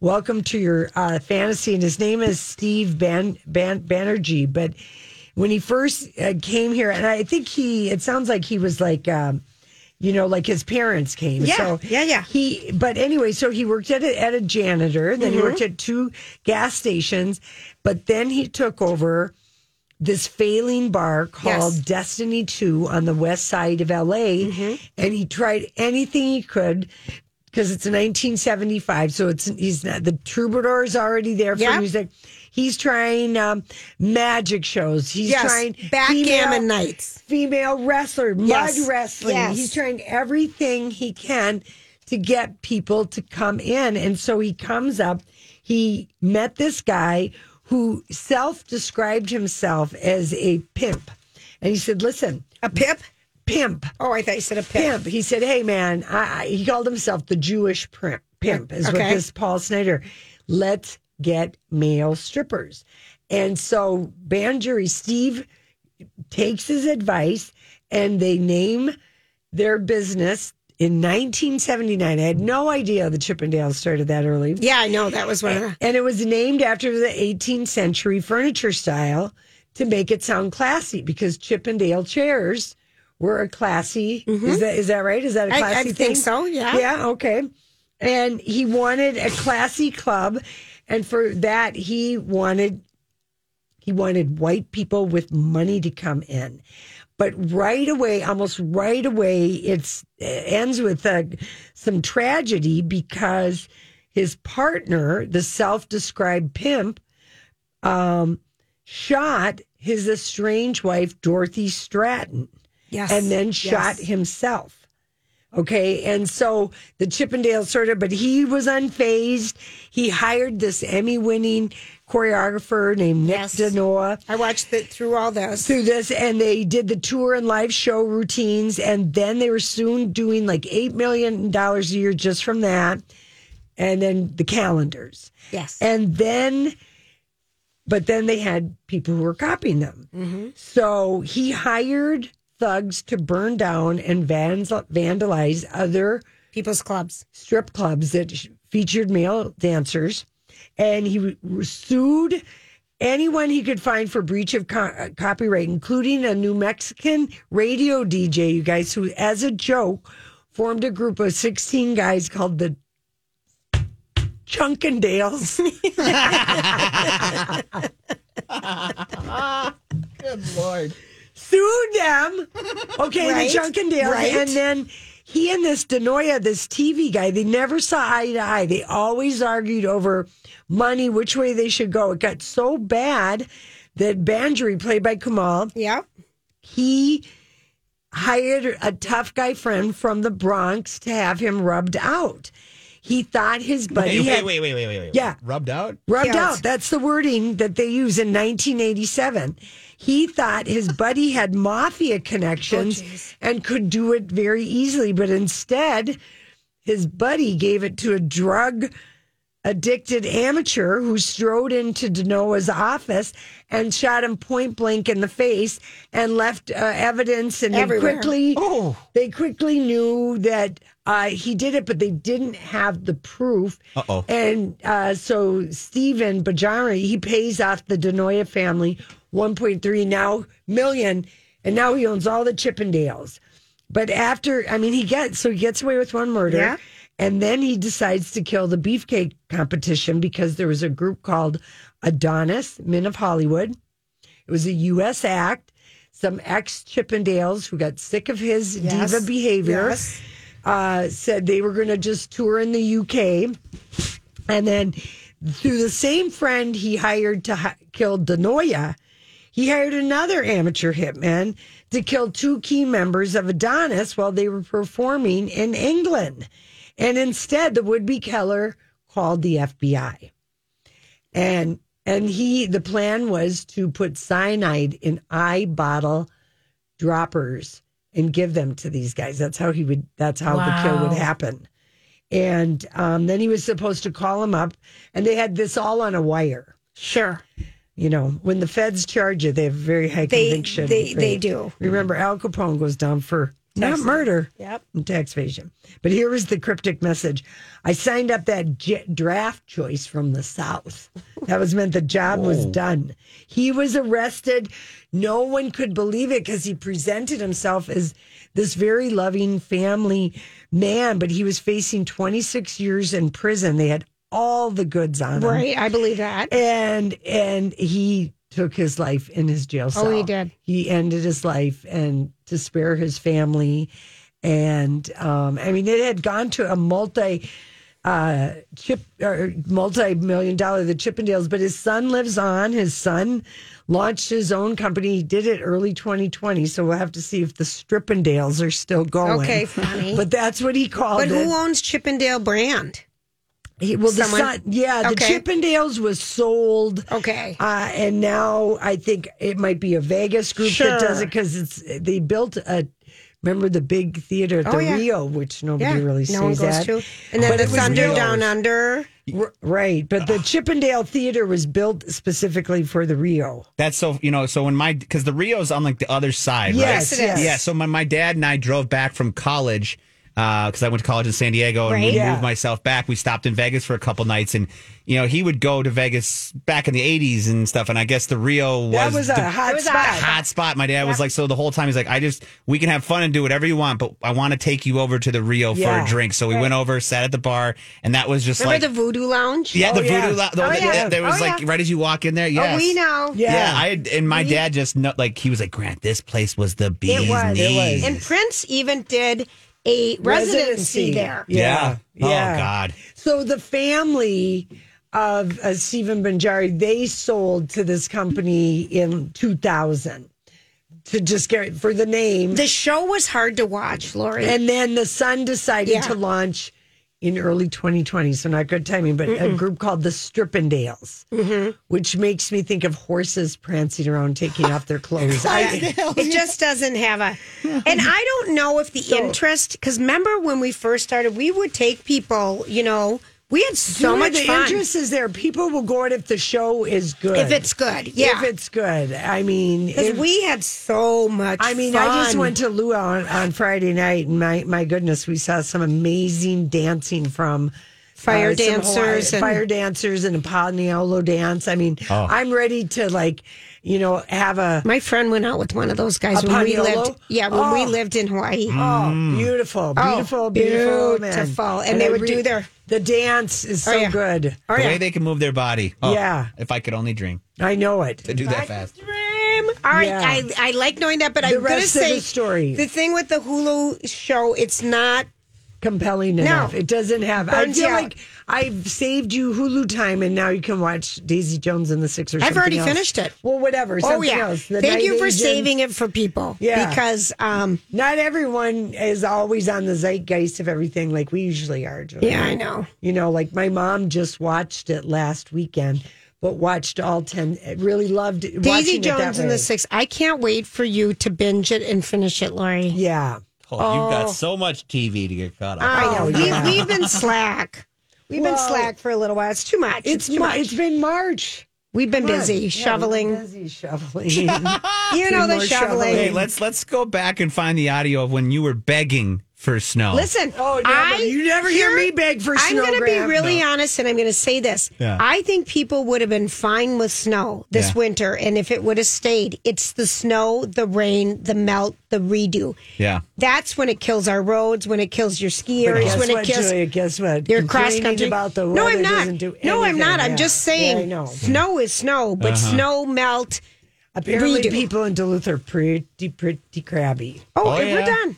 S3: Welcome to your uh, fantasy, and his name is Steve Ban, Ban Banerjee. But when he first uh, came here, and I think he, it sounds like he was like, um, you know, like his parents came.
S2: Yeah,
S3: so
S2: yeah, yeah.
S3: He, but anyway, so he worked at a, at a janitor, then he
S2: Mm-hmm.
S3: worked at two gas stations, but then he took over this failing bar called
S2: Yes.
S3: Destiny 2 on the west side of LA.
S2: Mm-hmm.
S3: And he tried anything he could because it's 1975. So it's he's not, the troubadour is already there for
S2: Yeah.
S3: music. He's trying um, magic shows. He's
S2: Yes,
S3: trying
S2: backgammon
S3: female-
S2: nights.
S3: female wrestler, mud
S2: Yes.
S3: wrestling.
S2: Yes.
S3: He's trying everything he can to get people to come in. And so he comes up, he met this guy who self described himself as a pimp. And he said, Listen,
S2: A pip?
S3: pimp,
S2: Oh, I thought you said a pip.
S3: pimp. He said, Hey, man, I, I- he called himself the Jewish pimp, pimp is what
S2: Okay.
S3: this Paul Snyder. Let's get male strippers. And so Banjury Steve takes his advice and they name their business in 1979. I had no idea the Chippendales started that early.
S2: Yeah, I know. That was one of the.
S3: And it was named after the 18th century furniture style to make it sound classy because Chippendale chairs were a classy. Is that is that right? Is that a
S2: Mm-hmm. I- I
S3: classy
S2: think
S3: thing?
S2: so, yeah.
S3: Yeah. Okay. And he wanted a classy club, and for that he wanted he wanted white people with money to come in. But right away, almost right away, it's, it ends with uh, some tragedy because his partner, the self described pimp, um, shot his estranged wife, Dorothy Stratton,
S2: Yes.
S3: and then shot himself. Okay. And so the Chippendale sort of, but he was unfazed. He hired this Emmy winning choreographer named Nick
S2: Yes.
S3: Danoa
S2: I watched it through all this.
S3: through this and they did the tour and live show routines and then they were soon doing like eight million dollars a year just from that and then the calendars
S2: Yes.
S3: and then but then they had people who were copying them so he hired thugs to burn down and vans- vandalize other
S2: People's clubs.
S3: strip clubs that sh- featured male dancers, and he w- sued anyone he could find for breach of co- uh, copyright, including a New Mexican radio DJ, you guys, who, as a joke, formed a group of 16 guys called the Chunkendales.
S1: Good lord.
S3: sued them. Okay,
S2: Right,
S3: the Chunkendales.
S2: right.
S3: And then he and this Denoya, this TV guy, they never saw eye to eye. They always argued over money, which way they should go. It got so bad that Bandry, played by Kamal,
S2: Yeah.
S3: he hired a tough guy friend from the Bronx to have him rubbed out. He thought his buddy
S1: Hey, wait,
S3: had
S1: wait, wait, wait, wait, wait.
S3: Yeah.
S1: Rubbed out?
S3: Rubbed
S2: Yeah,
S3: out. That's the wording that they use in 1987. He thought his buddy had mafia connections and could do it very easily, but instead, his buddy gave it to a drug addicted amateur who strode into Denoa's office and shot him point blank in the face and left uh, evidence. And they
S2: Everywhere.
S3: quickly, they quickly knew that uh, he did it, but they didn't have the proof.
S1: Uh-oh.
S3: And uh, so Stephen Bajari, he pays off the Denoya family 1.3 now million, and now he owns all the Chippendales. But after, I mean, he gets so he gets away with one murder,
S2: Yeah.
S3: and then he decides to kill the beefcake competition because there was a group called Adonis Men of Hollywood. It was a U.S. act. Some ex Chippendales who got sick of his
S2: Yes.
S3: diva behavior
S2: Yes.
S3: uh, said they were going to just tour in the UK. And then through the same friend he hired to hi- kill Denoya, he hired another amateur hitman to kill two key members of Adonis while they were performing in England. And instead, the would be killer called the FBI. And and he the plan was to put cyanide in eye bottle droppers and give them to these guys. That's how he would. That's how the kill would happen. And um, then he was supposed to call him up, and they had this all on a wire.
S2: Sure.
S3: You know, when the feds charge you, they have very high
S2: They
S3: conviction.
S2: they, they
S3: rate.
S2: do.
S3: Remember, Al Capone goes down for not
S2: Tax-
S3: murder.
S2: Yep.
S3: and tax evasion. But here was the cryptic message. I signed up that j- draft choice from the South. That was meant the job was done. He was arrested. No one could believe it because he presented himself as this very loving family man, but he was facing 26 years in prison. They had all the goods on him.
S2: Right. I believe that.
S3: And and he took his life in his jail cell.
S2: Oh, he did.
S3: He ended his life and to spare his family. And um, I mean, it had gone to a multi uh, chip or multi million dollar the Chippendales, but his son lives on. His son launched his own company. He did it early 2020, so we'll have to see if the Strippendales are still going.
S2: Okay, funny.
S3: But that's what he called
S2: But
S3: it.
S2: who owns Chippendale brand?
S3: He- well, the
S2: Someone-
S3: son, yeah, the
S2: Okay.
S3: Chippendales was sold.
S2: Okay.
S3: Uh, and now I think it might be a Vegas group that does
S2: Sure.
S3: it because it's they built a. Remember the big theater at
S2: Oh,
S3: the
S2: yeah.
S3: Rio, which nobody
S2: Yeah.
S3: really
S2: no one
S3: stays
S2: goes
S3: at.
S2: to. And then
S3: But
S2: the
S3: it was
S2: Thunder
S3: Rio's.
S2: Down Under.
S3: R- right, but the Chippendale Theater was built specifically for the Rio.
S1: That's so you know. So when my because the Rio's on like the other side,
S3: Yes,
S1: right?
S3: it is.
S1: Yeah. So when my dad and I drove back from college, because I went to college in San Diego and
S2: Right.
S1: we
S3: Yeah.
S1: moved myself back. We stopped in Vegas for a couple nights, and you know he would go to Vegas back in the '80s and stuff. And I guess the Rio was
S3: That was a
S1: the,
S3: hot
S1: the
S3: spot.
S1: hot spot. My dad was like, so the whole time he's like, I just we can have fun and do whatever you want, but I want to take you over to the Rio for
S3: Yeah.
S1: a drink. So we went over, sat at the bar, and that was just
S2: Remember
S1: like
S2: the Voodoo Lounge?
S1: yeah, the
S3: Oh, yeah.
S1: voodoo. lo- the-
S3: Oh,
S1: the-
S3: yeah.
S1: There was
S2: Oh,
S1: like
S2: yeah.
S1: right as you walk in there. Yes.
S2: Oh, we know.
S3: Yeah.
S1: Yeah, I had- and my dad just know, like he was like Grant, this place was the bee's
S2: It was.
S1: knees.
S2: And Prince even did a residency, there.
S1: yeah.
S3: yeah.
S1: Oh God.
S3: So the family of uh, Stephen Banjari, they sold to this company in 2000 to just get for the name.
S2: The show was hard to watch, Lori.
S3: And then the son decided
S2: Yeah.
S3: to launch in early 2020, so not good timing, but a group called the Strippendales, which makes me think of horses prancing around taking off their clothes. I,
S2: it just doesn't have a. And I don't know if the interest, because remember when we first started, we would take people, you know, we had so
S3: Dude,
S2: much
S3: the
S2: fun.
S3: interest is there. People will go in if the show is good.
S2: if it's good, yeah.
S3: If it's good. I mean,
S2: Because
S3: if-
S2: we had so much
S3: I mean, I just
S2: fun.
S3: went to Lua on, on Friday night, and my, my goodness, we saw some amazing dancing from
S2: Fire
S3: Uh, some Hawaii-
S2: dancers and-
S3: fire dancers, and a Paniolo dance. I mean, I'm ready to like, you know, have a
S2: My friend went out with one of those guys
S3: A
S2: when we
S3: Paniolo?
S2: lived. Yeah, when we
S3: Oh.
S2: lived in Hawaii.
S3: oh, beautiful, beautiful, beautiful, man.
S2: beautiful. And they
S3: I
S2: would do their-
S3: the dance is so
S2: Oh, yeah.
S3: good.
S1: the way they can move their body. Oh,
S3: Yeah.
S1: If I could only dream
S3: I know it.
S1: to do that fast.
S2: Dream. All right,
S3: Yeah.
S2: I, I like knowing that, but
S3: The
S2: I'm going to
S3: rest of
S2: say
S3: the story.
S2: the thing with the Hulu show, it's not
S3: Compelling enough. It doesn't have. I
S2: Burns
S3: feel
S2: you out.
S3: like I've saved you Hulu time, and now you can watch Daisy Jones and the Six or
S2: I've
S3: something
S2: already
S3: else.
S2: finished it.
S3: Well, whatever.
S2: Oh
S3: something
S2: yeah!
S3: else. The
S2: Thank you
S3: Night
S2: for
S3: Agent.
S2: saving it for people.
S3: Yeah.
S2: because um,
S3: Not everyone is always on the zeitgeist of everything like we usually are. Julie.
S2: yeah, I know.
S3: You know, like my mom just watched it last weekend, but watched all 10. Really loved it.
S2: Daisy
S3: watching it that
S2: Jones and
S3: way.
S2: the Six. I can't wait for you to binge it and finish it, Lori.
S3: Yeah.
S1: Oh, you've got so much TV to get caught up.
S2: I know.
S3: Oh, yeah.
S2: We, we've been slack. We've been
S3: Well,
S2: slack for a little while. It's too much. It's,
S3: It's, mu
S2: too much.
S3: it's been March.
S2: we've been
S3: Come on.
S2: busy
S3: Yeah, we've been
S2: shoveling.
S3: busy shoveling.
S2: You know the
S3: more
S2: shoveling.
S3: shoveling.
S1: Hey, let's let's go back and find the audio of when you were begging for snow.
S2: Listen,
S3: Oh, no,
S2: I,
S3: but you never hear me beg for
S2: I'm
S3: snow,
S2: going to be
S3: Graham.
S2: really honest, and I'm going to say this.
S1: Yeah.
S2: I think people would have been fine with snow this
S1: Yeah.
S2: winter, and if it would have stayed, it's the snow, the rain, the melt, the redo.
S1: Yeah.
S2: That's when it kills our roads, when it kills your ski
S3: But
S2: areas,
S3: guess
S2: when it
S3: what,
S2: kills
S3: Julia, guess what?
S2: your cross
S3: Complaining
S2: country.
S3: about the
S2: no,
S3: weather
S2: I'm
S3: doesn't
S2: not.
S3: do
S2: no, I'm
S3: anything.
S2: not.
S3: Yeah.
S2: I'm just saying
S3: Yeah, I know. Uh-huh.
S2: snow is snow, but snow, melt.
S3: Apparently,
S2: redo.
S3: people in Duluth are pretty, pretty crabby.
S2: Oh,
S1: Oh,
S2: and we're
S1: yeah.
S2: done.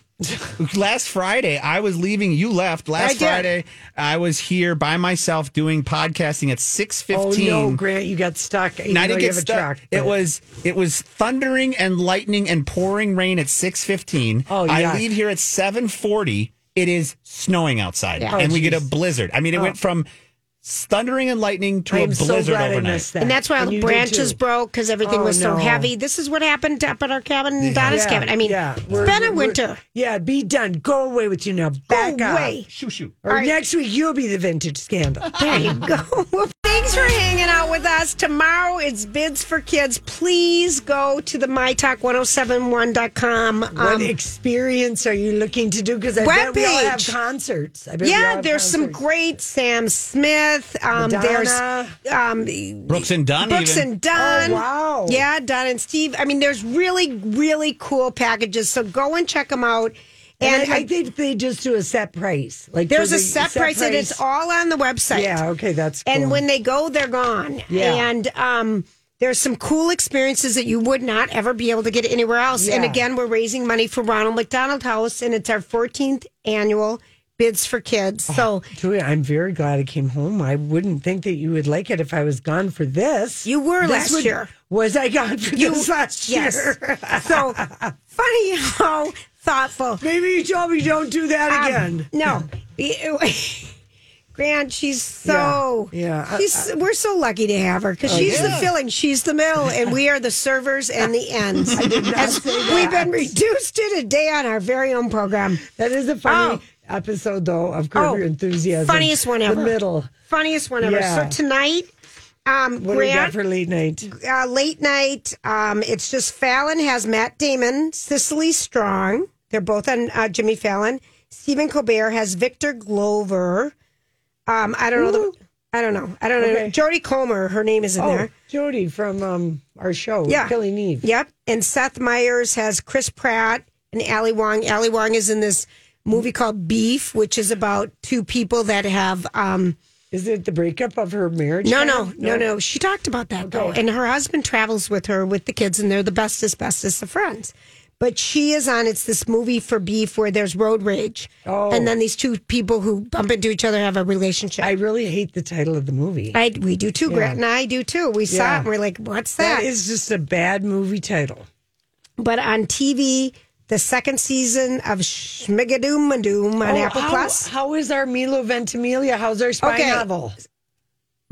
S1: last Friday, I was leaving. You left
S2: I
S1: last
S2: did.
S1: Friday. I was here by myself doing podcasting at six
S3: Oh,
S1: fifteen.
S3: no, Grant, you got stuck. even
S1: And I
S3: though
S1: didn't
S3: you
S1: get
S3: have a
S1: stuck.
S3: truck,
S1: it
S3: but-
S1: was it was thundering and lightning and pouring rain at six fifteen.
S3: Oh,
S1: I
S3: yuck.
S1: leave here at seven forty. It is snowing outside,
S2: Yeah.
S1: and
S3: Oh,
S1: we get a
S3: geez.
S1: blizzard. I mean, it went from thundering and lightning to
S3: I
S1: a
S3: am Oh. so
S1: blizzard
S3: glad I
S1: overnight.
S3: missed that.
S2: And that's why all
S3: And
S2: the
S3: you did
S2: branches
S3: too.
S2: broke because everything
S3: Oh,
S2: was so
S3: no.
S2: heavy. This is what happened up at our cabin, Donna's
S3: Yeah,
S2: cabin. I mean,
S3: yeah.
S2: it's
S3: We're-
S2: been a
S3: we're-
S2: winter. Oh,
S3: Yeah, be done. Go away with you now. Back
S2: Go
S3: up.
S2: away.
S1: Shoo shoo.
S3: Or
S2: All right.
S3: next week you'll be the vintage scandal.
S2: There you go. Well, thank Thanks for hanging out with us. Tomorrow it's bids for kids. Please go to the mytalk1071.com.
S3: What
S2: Um,
S3: experience are you looking to do? Because I bet we all have
S2: Webpage.
S3: concerts. I bet we all
S2: yeah,
S3: have
S2: there's some
S3: concerts.
S2: great Sam Smith. Um, there's
S3: Madonna.
S2: um,
S1: Brooks and Dunn.
S2: Brooks
S1: even.
S2: and Dunn.
S3: Oh, wow.
S2: Yeah, Dunn and Steve. I mean, there's really, really cool packages. So go and check them out.
S3: And,
S2: And,
S3: I,
S2: I,
S3: think they just do a set price. Like
S2: there's
S3: for
S2: a
S3: the
S2: set, price, and it's all on the website.
S3: Yeah. Okay. That's cool.
S2: And when they go, they're gone.
S3: Yeah.
S2: And um, there's some cool experiences that you would not ever be able to get anywhere else. And
S3: Yeah.
S2: again, we're raising money for Ronald McDonald House, and it's our 14th annual Bids for Kids. So
S3: Julia, I'm very glad I came home. I wouldn't think that you would like it if I was gone for this.
S2: You were
S3: This
S2: last
S3: would-
S2: year.
S3: Was I gone for
S2: You-
S3: this last
S2: yes.
S3: year?
S2: so funny how thoughtful.
S3: Maybe you told me don't do that
S2: Um,
S3: again.
S2: No. Grant, she's so
S3: Yeah, yeah. I- Oh,
S2: She's we're so lucky to have her because she's the filling, she's the middle, and we are the servers and the ends. As We've been reduced to today on our very own program.
S3: That is a funny
S2: Oh.
S3: episode, though, of Curb
S2: Oh,
S3: Your Enthusiasm.
S2: funniest one ever.
S3: The middle.
S2: Funniest one ever.
S3: Yeah.
S2: So tonight, um,
S3: What do we got
S2: Grant
S3: for late night?
S2: uh, late night. Um, it's just Fallon has Matt Damon, Cicely Strong. They're both on uh, Jimmy Fallon. Stephen Colbert has Victor Glover. Um, I don't know. The, I don't know. I don't know.
S3: Okay.
S2: Jodie Comer, her name is in
S3: Oh,
S2: there.
S3: Jody from um, our show,
S2: Yeah.
S3: Killing Eve.
S2: Yep. And Seth Meyers has Chris Pratt and Ali Wong. Ali Wong is in this movie called Beef, which is about two people that have. Um,
S3: Is it the breakup of her marriage?
S2: No,
S3: kind
S2: no,
S3: of?
S2: no, no. She talked about that though, and her husband travels with her with the kids, and they're the bestest, bestest of friends. But she is on. It's this movie for beef where there's road rage,
S3: Oh.
S2: and then these two people who bump into each other have a relationship.
S3: I
S2: I,
S3: really hate the title of the movie.
S2: we do too, Grant, and I do too. We saw it,
S3: Yeah.
S2: and we're like, "What's that?"
S3: that is just a bad movie title.
S2: but on TV, the second season of Schmigadoom Madoom on
S3: Oh,
S2: Apple
S3: how-
S2: Plus.
S3: How is our Milo Ventimiglia? How's our spy
S2: Okay.
S3: novel?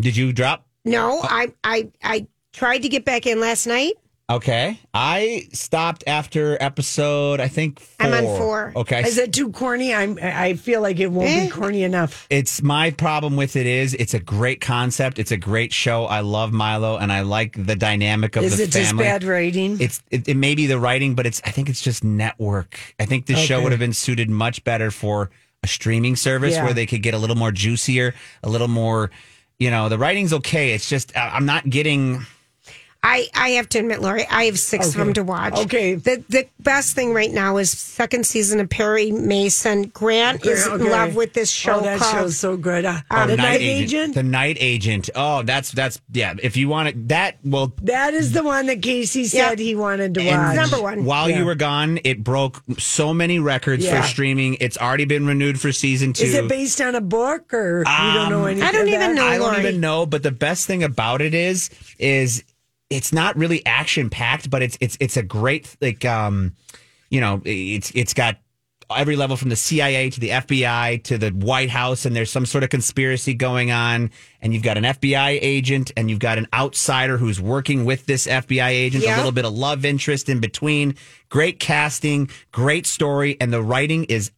S1: Did you drop?
S2: No, I, I, I tried to get back in last night.
S1: Okay. I stopped after episode, I think, four.
S2: I'm on four.
S1: Okay.
S3: Is it too corny? I'm. I feel like it won't
S2: Eh.
S3: be corny enough.
S1: it's my problem with it is it's a great concept. It's a great show. I love Milo and I like the dynamic of
S3: Is
S1: the
S3: it just
S1: family.
S3: bad writing?
S1: It's it, it may be the writing, but it's I think it's just network. I think the show
S3: Okay.
S1: would have been suited much better for a streaming service
S3: Yeah.
S1: where they could get a little more juicier, a little more. You know, the writing's okay. It's just I- I'm not getting.
S2: I, I have to admit, Lori, I have six of
S3: Okay.
S2: them to watch.
S3: Okay.
S2: The the best thing right now is second season of Perry Mason. Grant is
S3: Okay.
S2: in love with this show
S3: Oh, that
S2: called
S3: show's so good. Uh,
S1: Oh,
S3: the Night Agent.
S1: The night agent. Oh, that's that's yeah. If you want it, that will
S3: that is the one that Casey said
S2: Yeah.
S3: he wanted to
S1: And
S3: watch.
S2: Number one.
S1: While
S3: Yeah.
S1: you were gone, it broke so many records
S3: Yeah.
S1: for streaming. It's already been renewed for season two.
S3: Is it based on a book or you don't know
S1: Um,
S3: anything?
S2: I don't
S3: of
S2: even
S3: that?
S2: know.
S1: I don't
S2: Lori.
S1: even know, but the best thing about it is, is it's not really action packed, but it's it's it's a great like um, you know, it's it's got every level from the CIA to the FBI to the White House, and there's some sort of conspiracy going on, and you've got an FBI agent and you've got an outsider who's working with this FBI agent, a
S2: Yeah.
S1: little bit of love interest in between. Great casting, great story, and the writing is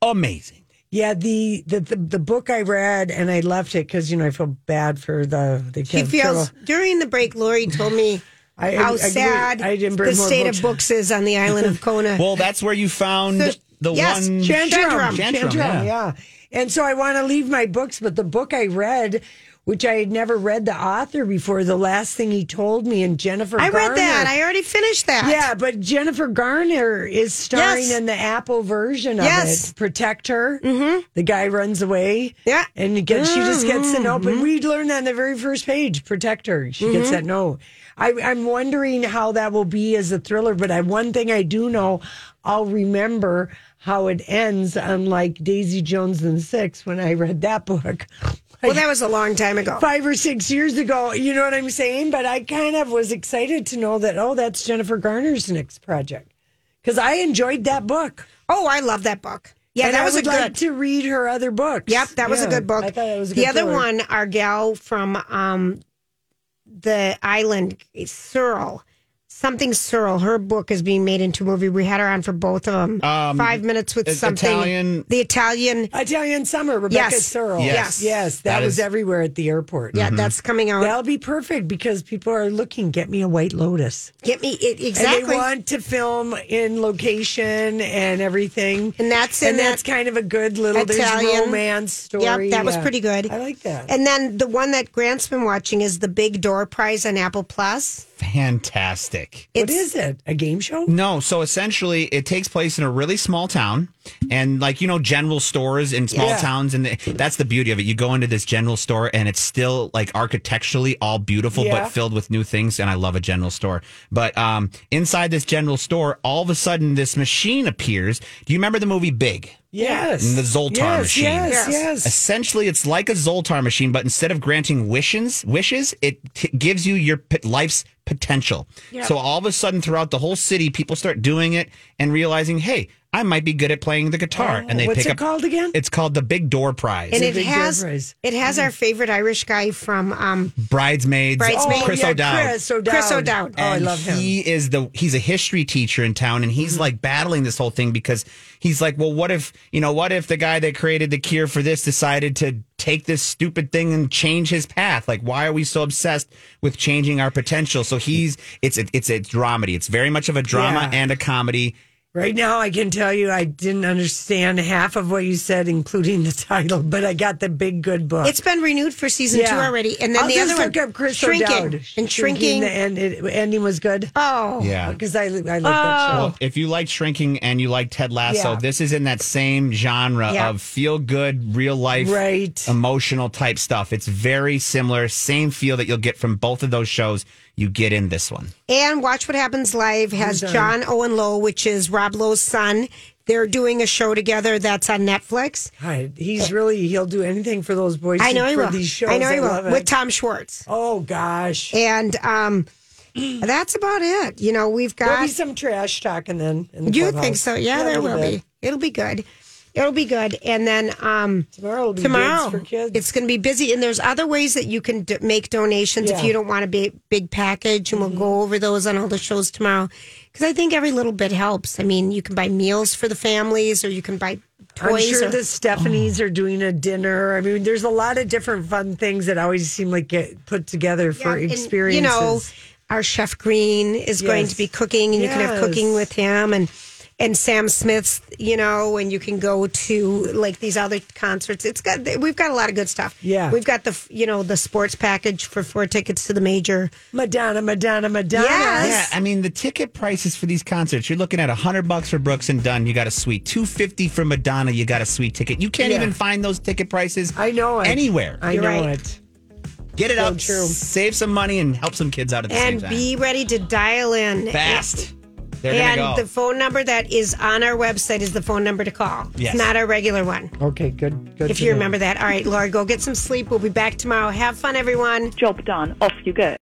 S1: amazing.
S3: Yeah, the, the the the book I read and I left it because you know I feel bad for the the
S2: She
S3: kid.
S2: feels
S3: So
S2: during the break. Lori told me
S3: I-
S2: how
S3: I- I-
S2: sad
S3: I didn't bring
S2: the
S3: more
S2: state
S3: books.
S2: of books is on the island of Kona.
S1: Well, that's where you found
S2: So-
S1: the
S2: yes,
S1: one.
S2: Chandram.
S1: Chandram,
S3: Chandram,
S1: yeah.
S3: yeah. And so I want to leave my books, but the book I read, which I had never read the author before, the last thing he told me, and Jennifer.
S2: I read
S3: Garner-
S2: that. I already finished that.
S3: Yeah, but Jennifer Garner is starring
S2: Yes.
S3: in the Apple version of
S2: Yes.
S3: it. Protect her. Mm-hmm. The guy runs away.
S2: Yeah. Mm.
S3: And he gets, she just gets the note. But we learned that on the very first page. Protect her. She gets
S2: Mm-hmm.
S3: that note. I, I'm wondering how that will be as a thriller. But I, one thing I do know, I'll remember how it ends. Unlike Daisy Jones and the Six, when I read that book.
S2: Well, that was a long time ago.
S3: five or six years ago. You know what I'm saying? But I kind of was excited to know that, oh, that's Jennifer Garner's next project. Because I enjoyed that book.
S2: Oh, I love that book. Yeah,
S3: and
S2: that
S3: I
S2: was a
S3: would
S2: good.
S3: like to read her other books.
S2: Yep, that was a
S3: Yeah,
S2: good book.
S3: I thought it was a
S2: the
S3: good
S2: other
S3: thriller.
S2: one, our gal from um, the island, Searle. something Searle. Her book is being made into a movie. We had her on for both of them.
S1: Um,
S2: Five minutes with
S1: I-
S2: something.
S1: Italian-
S2: The Italian.
S3: Italian Summer, Rebecca
S2: Yes.
S3: Searle.
S1: Yes.
S3: Yes. That,
S1: That
S3: was
S1: is-
S3: everywhere at the airport.
S1: Mm-hmm.
S2: Yeah, that's coming out.
S3: That'll be perfect because people are looking. Get me a white lotus.
S2: Get me it exactly.
S3: And they want to film in location and everything.
S2: And that's in
S3: and that's
S2: that
S3: kind of a good little there's
S2: Italian-
S3: romance story.
S2: Yep, that was
S3: Yeah.
S2: pretty good.
S3: I like that.
S2: And then the one that Grant's been watching is the Big Door Prize on Apple Plus.
S1: Fantastic.
S3: what is it? A game show?
S1: No, so essentially, it takes place in a really small town, and like you know, general stores in small
S3: Yeah.
S1: towns, and the, that's the beauty of it. You go into this general store, and it's still like architecturally all beautiful,
S3: Yeah.
S1: but filled with new things. And I love a general store. But um, inside this general store, all of a sudden, this machine appears. Do you remember the movie Big?
S3: Yes.
S1: And the Zoltar
S3: yes,
S1: machine.
S3: Yes, yes.
S1: Essentially, it's like a Zoltar machine, but instead of granting wishes, wishes, it t- gives you your p- life's potential. So all of a sudden, throughout the whole city, people start doing it and realizing, hey, I might be good at playing the guitar. and they
S3: Oh, What's
S1: pick
S3: it
S1: up.
S3: called again?
S1: It's called the Big Door Prize.
S2: And
S3: a
S2: it
S3: Big Door
S2: has
S3: Prize.
S2: it has our favorite Irish guy from um,
S1: Bridesmaids.
S2: Bridesmaids.
S1: Chris
S3: Oh, yeah,
S1: O'Dowd.
S3: Chris O'Dowd.
S2: Chris O'Dowd.
S3: Oh, I
S1: And
S3: love him. Mm-hmm.
S1: He is the he's a history teacher in town, and he's like battling this whole thing because he's like, well, what if you know, what if the guy that created the cure for this decided to take this stupid thing and change his path? Like, why are we so obsessed with changing our potential? So he's it's a, it's a dramedy. It's very much of a drama
S3: Yeah.
S1: and a comedy.
S3: Right now, I can tell you I didn't understand half of what you said, including the title, but I got the big good book.
S2: It's been renewed for season
S3: Yeah.
S2: two already, and then
S3: I'll
S2: the
S3: just
S2: other
S3: look
S2: one,
S3: up Chris
S2: shrinking
S3: O'Dowd.
S2: and shrinking.
S3: The end, it, ending was good.
S2: oh,
S1: Yeah.
S3: Because I, I like that show.
S1: Well, if you like shrinking and you like Ted Lasso,
S3: Oh. Yeah.
S1: this is in that same genre
S2: Yeah.
S1: of feel good, real life,
S3: Right.
S1: emotional type stuff. It's very similar, same feel that you'll get from both of those shows. You get in this one.
S2: And Watch What Happens Live has John Owen Lowe, which is Rob Lowe's son. They're doing a show together that's on Netflix.
S3: God, he's really, he'll do anything for those boys.
S2: I know he
S3: for
S2: will.
S3: These shows.
S2: I know he
S3: love
S2: will.
S3: it.
S2: With Tom Schwartz.
S3: oh, gosh.
S2: And um, that's about it. You know, we've
S3: There'll
S2: got.
S3: be some trash talking then. In the
S2: you
S3: clubhouse.
S2: think so? Yeah, there
S3: there'll
S2: will be. It'll be good. It'll be good. And then um,
S3: Tomorrow will be
S2: tomorrow,
S3: Bigs for kids.
S2: it's going to be busy. And there's other ways that you can d- make donations if
S3: Yeah. Mm-hmm.
S2: you don't want a big, big package. And we'll go over those on all the shows tomorrow. Because I think every little bit helps. I mean, you can buy meals for the families or you can buy toys.
S3: I'm sure
S2: or-
S3: the
S2: Oh.
S3: Stephanies are doing a dinner. I mean, there's a lot of different fun things that always seem like get put together for
S2: Yeah, and, you
S3: experiences.
S2: know, our chef Green is going
S3: Yes.
S2: to be cooking, and you can have cooking
S3: Yes.
S2: with him, and and Sam Smith's, you know, and you can go to like these other concerts. It's got we've got a lot of good stuff.
S3: Yeah.
S2: we've got the you know the sports package for four tickets to the major.
S3: Madonna, Madonna, Madonna.
S1: Yeah,
S2: Yes.
S1: I mean the ticket prices for these concerts, you're looking at hundred bucks for Brooks and Dunn, you got a suite. Two fifty for Madonna, you got a sweet ticket. You can't
S3: Yeah.
S1: even find those ticket prices
S3: I know it.
S1: anywhere.
S3: I
S2: You're
S3: know
S2: right.
S3: it.
S1: get it
S3: so
S1: up,
S3: true.
S1: save some money and help some kids out at the
S2: And
S1: same time.
S2: be ready to dial in
S1: fast. They're gonna
S2: And
S1: go.
S2: the phone number that is on our website is the phone number to call.
S1: Yes.
S2: It's not our regular one.
S3: Okay, good. Good.
S2: If
S3: to
S2: you
S3: know.
S2: remember that. All right, Laura, go get some sleep. We'll be back tomorrow. Have fun, everyone.
S7: Job done. Off you go.